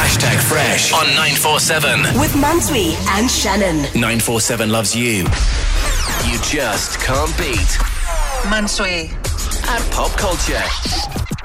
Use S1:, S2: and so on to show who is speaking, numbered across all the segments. S1: Hashtag Fresh on 947.
S2: With Mansui and Shannon.
S1: 947 loves you. You just can't beat.
S3: Mansui.
S1: And pop culture.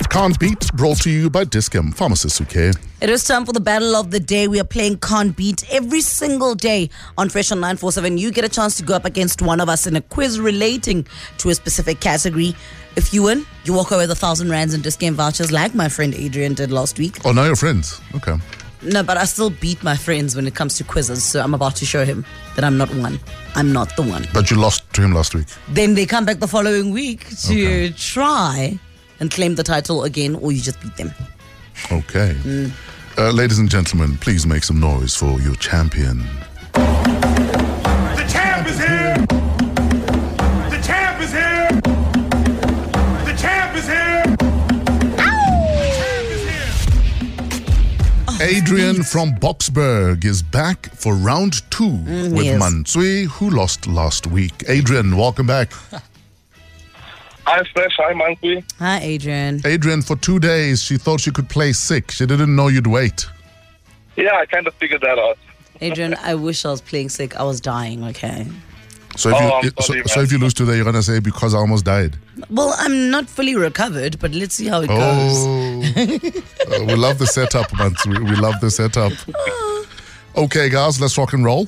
S4: Con Beat brought to you by Discam Pharmacist who care.
S5: It is time for the battle of the day. We are playing Con Beat every single day on Fresh on 947. You get a chance to go up against one of us in a quiz relating to a specific category. If you win, you walk away with a thousand rands in Discam vouchers like my friend Adrian did last week.
S4: Oh, now you're friends. Okay.
S5: No, but I still beat my friends when it comes to quizzes, so I'm about to show him that I'm not one. I'm not the one.
S4: But you lost to him last week.
S5: Then they come back the following week to try and claim the title again, or you just beat them.
S4: Okay. Uh, ladies and gentlemen, please make some noise for your champion.
S6: The champ is here. The champ is here. The champ is here. The champ is here.
S4: Adrian from Boxburg is back for round two with
S5: yes.
S4: Mansui, who lost last week. Adrian, welcome back.
S7: Hi, Fresh. Hi, Monkey.
S5: Hi, Adrian.
S4: Adrian, for two days, she thought she could play sick. She didn't know you'd wait.
S7: Yeah, I kind of figured that out.
S5: Adrian, I wish I was playing sick. I was dying, okay?
S4: So if,
S7: Oh, I'm
S4: you, so,
S7: sorry,
S4: so if you lose today, you're going to say, because I almost died.
S5: Well, I'm not fully recovered, but let's see how it goes.
S4: Oh, Uh, we love the setup, man. We, we love the setup. Okay, guys, let's rock and roll.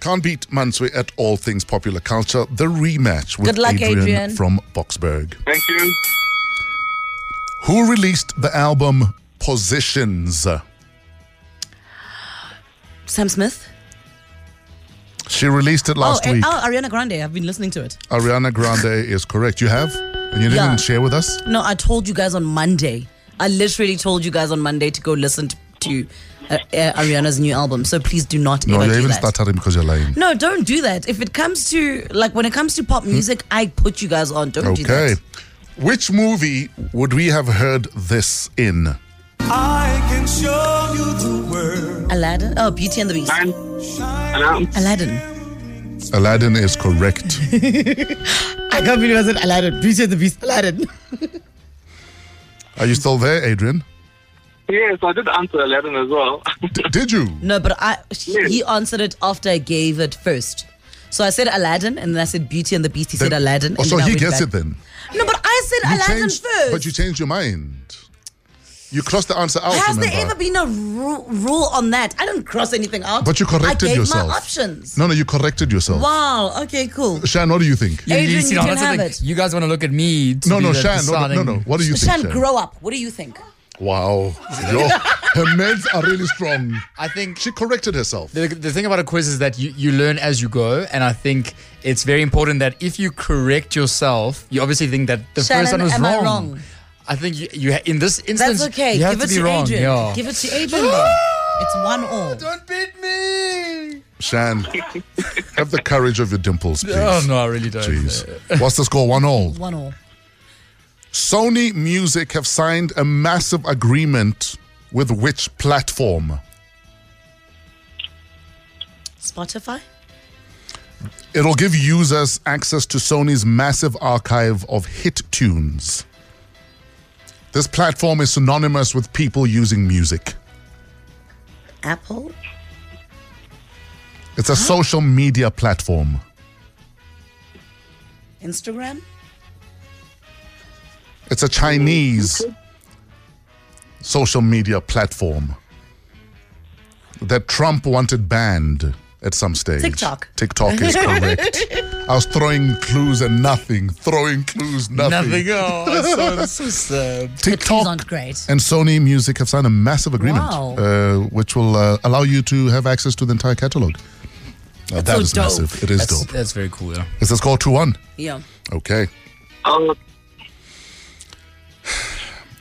S4: Can't beat Mansui at all things popular culture. The rematch with
S5: Good luck,
S4: Adrian,
S5: Adrian.
S4: from Boxburg,
S7: Thank you.
S4: who released the album Positions.
S5: Sam Smith?
S4: She released it last
S5: oh,
S4: week.
S5: oh, Ariana Grande. I've been listening to it.
S4: Ariana Grande is correct. You have, and you didn't
S5: Yeah.
S4: share with us.
S5: No, I told you guys on Monday. I literally told you guys on Monday to go listen t- to uh, uh, Ariana's new album. So pleys do not
S4: No,
S5: ever
S4: you
S5: do
S4: even
S5: that.
S4: started because you're lying.
S5: No, don't do that. If it comes to like when it comes to pop music, I put you guys on. Don't do
S4: Okay.
S5: that.
S4: Which movie would we have heard this in?
S8: I can show you the world.
S5: Aladdin. Oh, Beauty and the Beast.
S7: And, and I'm
S5: Aladdin.
S4: Aladdin is correct.
S5: I can't believe I said Aladdin. Beauty and the Beast. Aladdin.
S4: Are you still there, Adrian?
S7: yes, I did answer Aladdin as well.
S4: D- did you?
S5: No, but I he answered it after I gave it first. So I said Aladdin, and then I said Beauty and the Beast. He said
S4: Then-
S5: Aladdin.
S4: Oh,
S5: and
S4: so
S5: then I
S4: he
S5: went
S4: gets
S5: back.
S4: it then.
S5: No, but I said
S4: You
S5: Aladdin
S4: changed-
S5: first.
S4: But you changed your mind. You crossed the answer out.
S5: Has there
S4: remember.
S5: ever been a ru- rule on that? I didn't cross anything out.
S4: But you corrected
S5: I gave
S4: yourself.
S5: my options.
S4: No, no, you corrected yourself.
S5: Wow. Okay. Cool.
S4: Shan, what do you think?
S5: Adrian,
S9: Elise,
S5: you
S9: know,
S5: can
S9: that's the
S5: have
S9: thing.
S5: it.
S9: You guys want to look at me? To
S4: No,
S9: be
S4: no,
S9: the
S4: Shan, no, no, no, no.
S9: deciding-
S4: What do you think?
S5: Shan,
S4: Shan?
S5: grow up. What do you think?
S4: Wow. Yo, her meds are really strong.
S9: I think
S4: She corrected herself.
S9: the, the thing about a quiz is that you, you learn as you go, and I think it's very important that if you correct yourself, you obviously think that the
S5: Shannon,
S9: first one was
S5: am I
S9: wrong.
S5: wrong?
S9: I think you, you ha- in this instance
S5: That's okay.
S9: you have
S5: Give
S9: to
S5: it
S9: be
S5: to
S9: wrong.
S5: Adrian.
S9: Yeah.
S5: Give it to Adrian. then. it's one all.
S9: Don't beat me.
S4: Shan, have the courage of your dimples, please.
S9: Oh no, I really don't.
S4: Jeez. What's the score? One all.
S5: One all.
S4: Sony Music have signed a massive agreement with which platform?
S5: Spotify.
S4: It'll give users access to Sony's massive archive of hit tunes. This platform is synonymous with people using music.
S5: Apple.
S4: It's a social media platform.
S5: Instagram.
S4: It's a Chinese social media platform that Trump wanted banned at some stage.
S5: TikTok.
S4: TikTok is correct. I was throwing clues and nothing, throwing clues, nothing.
S9: Nothing. Oh, that's so, that's so sad.
S4: TikTok
S5: aren't great.
S4: and Sony Music have signed a massive agreement,
S5: Wow.
S4: uh, which will uh, allow you to have access to the entire catalog. Now, that
S5: so
S4: is
S5: dope.
S4: massive. It is
S9: That's,
S4: dope.
S9: that's very cool. Yeah.
S4: Is the score 2 1?
S5: Yeah.
S4: Okay.
S7: Um,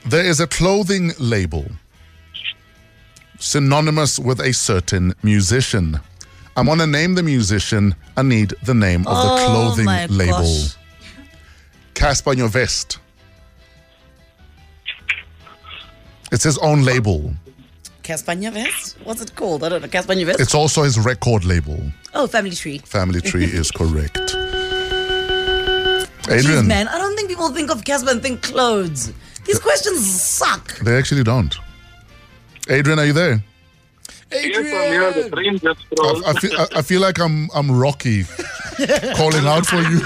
S4: There is a clothing label synonymous with a certain musician. I want to name the musician. I need the name of the
S5: Oh
S4: clothing
S5: my
S4: label.
S5: gosh.
S4: Casper on your vest. It's his own label.
S5: Caspania Vest. What's it called? I don't know. Caspania Vest.
S4: It's also his record label.
S5: Oh, Family Tree.
S4: Family tree is correct.
S5: Jeez,
S4: Adrian,
S5: man, I don't think people
S4: Uh,
S5: think of Casper and think clothes. These questions suck.
S4: they actually don't. Adrian, are you there?
S7: Yes, I'm here. The
S9: Adrian!
S7: dream just
S4: I,
S7: froze.
S4: I, feel, I, I feel like I'm I'm Rocky calling out for you.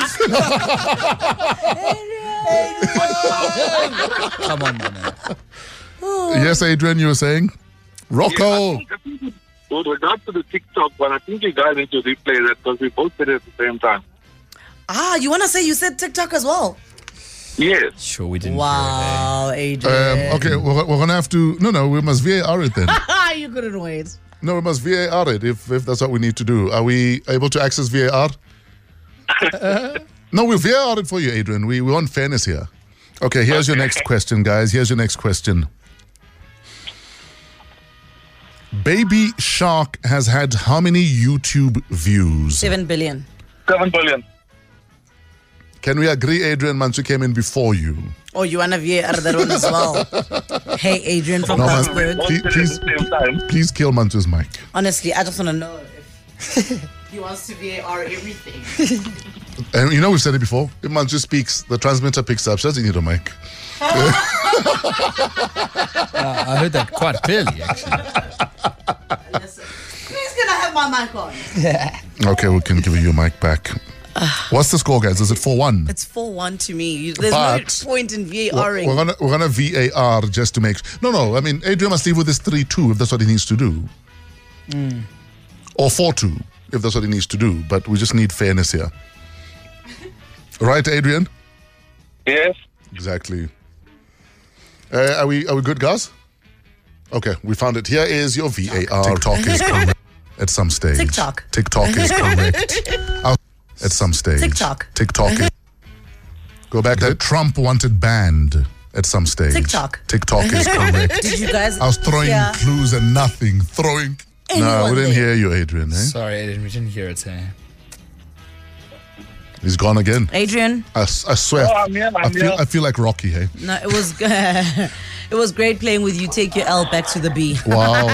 S9: Come on, my man.
S4: yes, Adrian, you were saying? Rocco!
S7: I think- With regard to the TikTok one, I think you guys need to replay that because we both did it at the same time.
S5: Ah, you want to say you said TikTok as well?
S7: Yes.
S9: Sure, we didn't.
S5: Wow, Adrian.
S4: Um, okay, we're, we're gonna have to. No, no, we must VAR it then.
S5: Ah, you couldn't wait.
S4: no, we must VAR it if, if that's what we need to do. Are we able to access VAR? no, we VAR it for you, Adrian. We, we want fairness here. Okay, here's your next question, guys. Here's your next question. Baby Shark has had how many YouTube views?
S5: 7 billion.
S7: 7 billion.
S4: Can we agree, Adrian Mansu came in before you?
S5: Oh, you want to VAR that one as well? hey, Adrian from
S4: No, man.
S5: Pittsburgh.
S7: Both
S4: Please-
S7: did it at the same time.
S4: Please kill Mansu's mic.
S5: Honestly, I just want to know if he wants to VAR everything.
S4: And you know we've said it before. If Mansu speaks, the transmitter picks up. She doesn't need a mic.
S9: I heard that quite clearly, actually.
S5: Please, can I have my mic on?
S4: Okay, we can give you your mic back. What's the score, guys? Is it 4 1?
S5: It's 4 1 to me. You- There's
S4: But-
S5: no point in
S4: We're
S5: VARing.
S4: we're gonna we're gonna VAR just to make no no. I mean, Adrian must leave with this three two if that's what he needs to do, or four two if that's what he needs to do. But we just need fairness here, right, Adrian?
S7: Yes.
S4: Exactly. Uh, are we are we good, guys? Okay, we found it. Here is your VAR. TikTok is correct at some stage.
S5: TikTok.
S4: TikTok is correct Out- at some stage.
S5: TikTok.
S4: TikTok. Is, go back. That Trump wanted banned at some stage.
S5: TikTok.
S4: TikTok is correct.
S5: Did you guys?
S4: I was throwing
S5: Yeah.
S4: clues and nothing. Throwing. no, we
S5: Anyone
S4: didn't hear
S5: there.
S4: you, Adrian. Eh?
S9: Sorry, Adrian, we didn't hear it. Eh?
S4: He's gone again.
S5: Adrian,
S4: I, s- I swear.
S7: Oh, I'm here,
S4: I
S7: I'm
S4: feel
S7: here.
S4: I feel like Rocky. Hey.
S5: no, it was it was great playing with you. Take your L back to the B.
S4: Wow.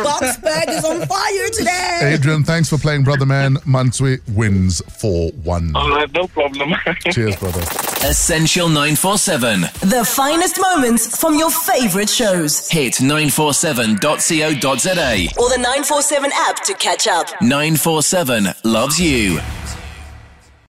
S5: Boxberg is on fire today.
S4: Adrian, thanks for playing, brother man. Mansui wins 4 1.
S7: All right, no problem.
S4: Cheers, brother.
S1: Essential 947.
S2: The finest moments from your favorite shows.
S1: Hit 947.co.za.
S2: Or the 947 app to catch up.
S1: 947 loves you.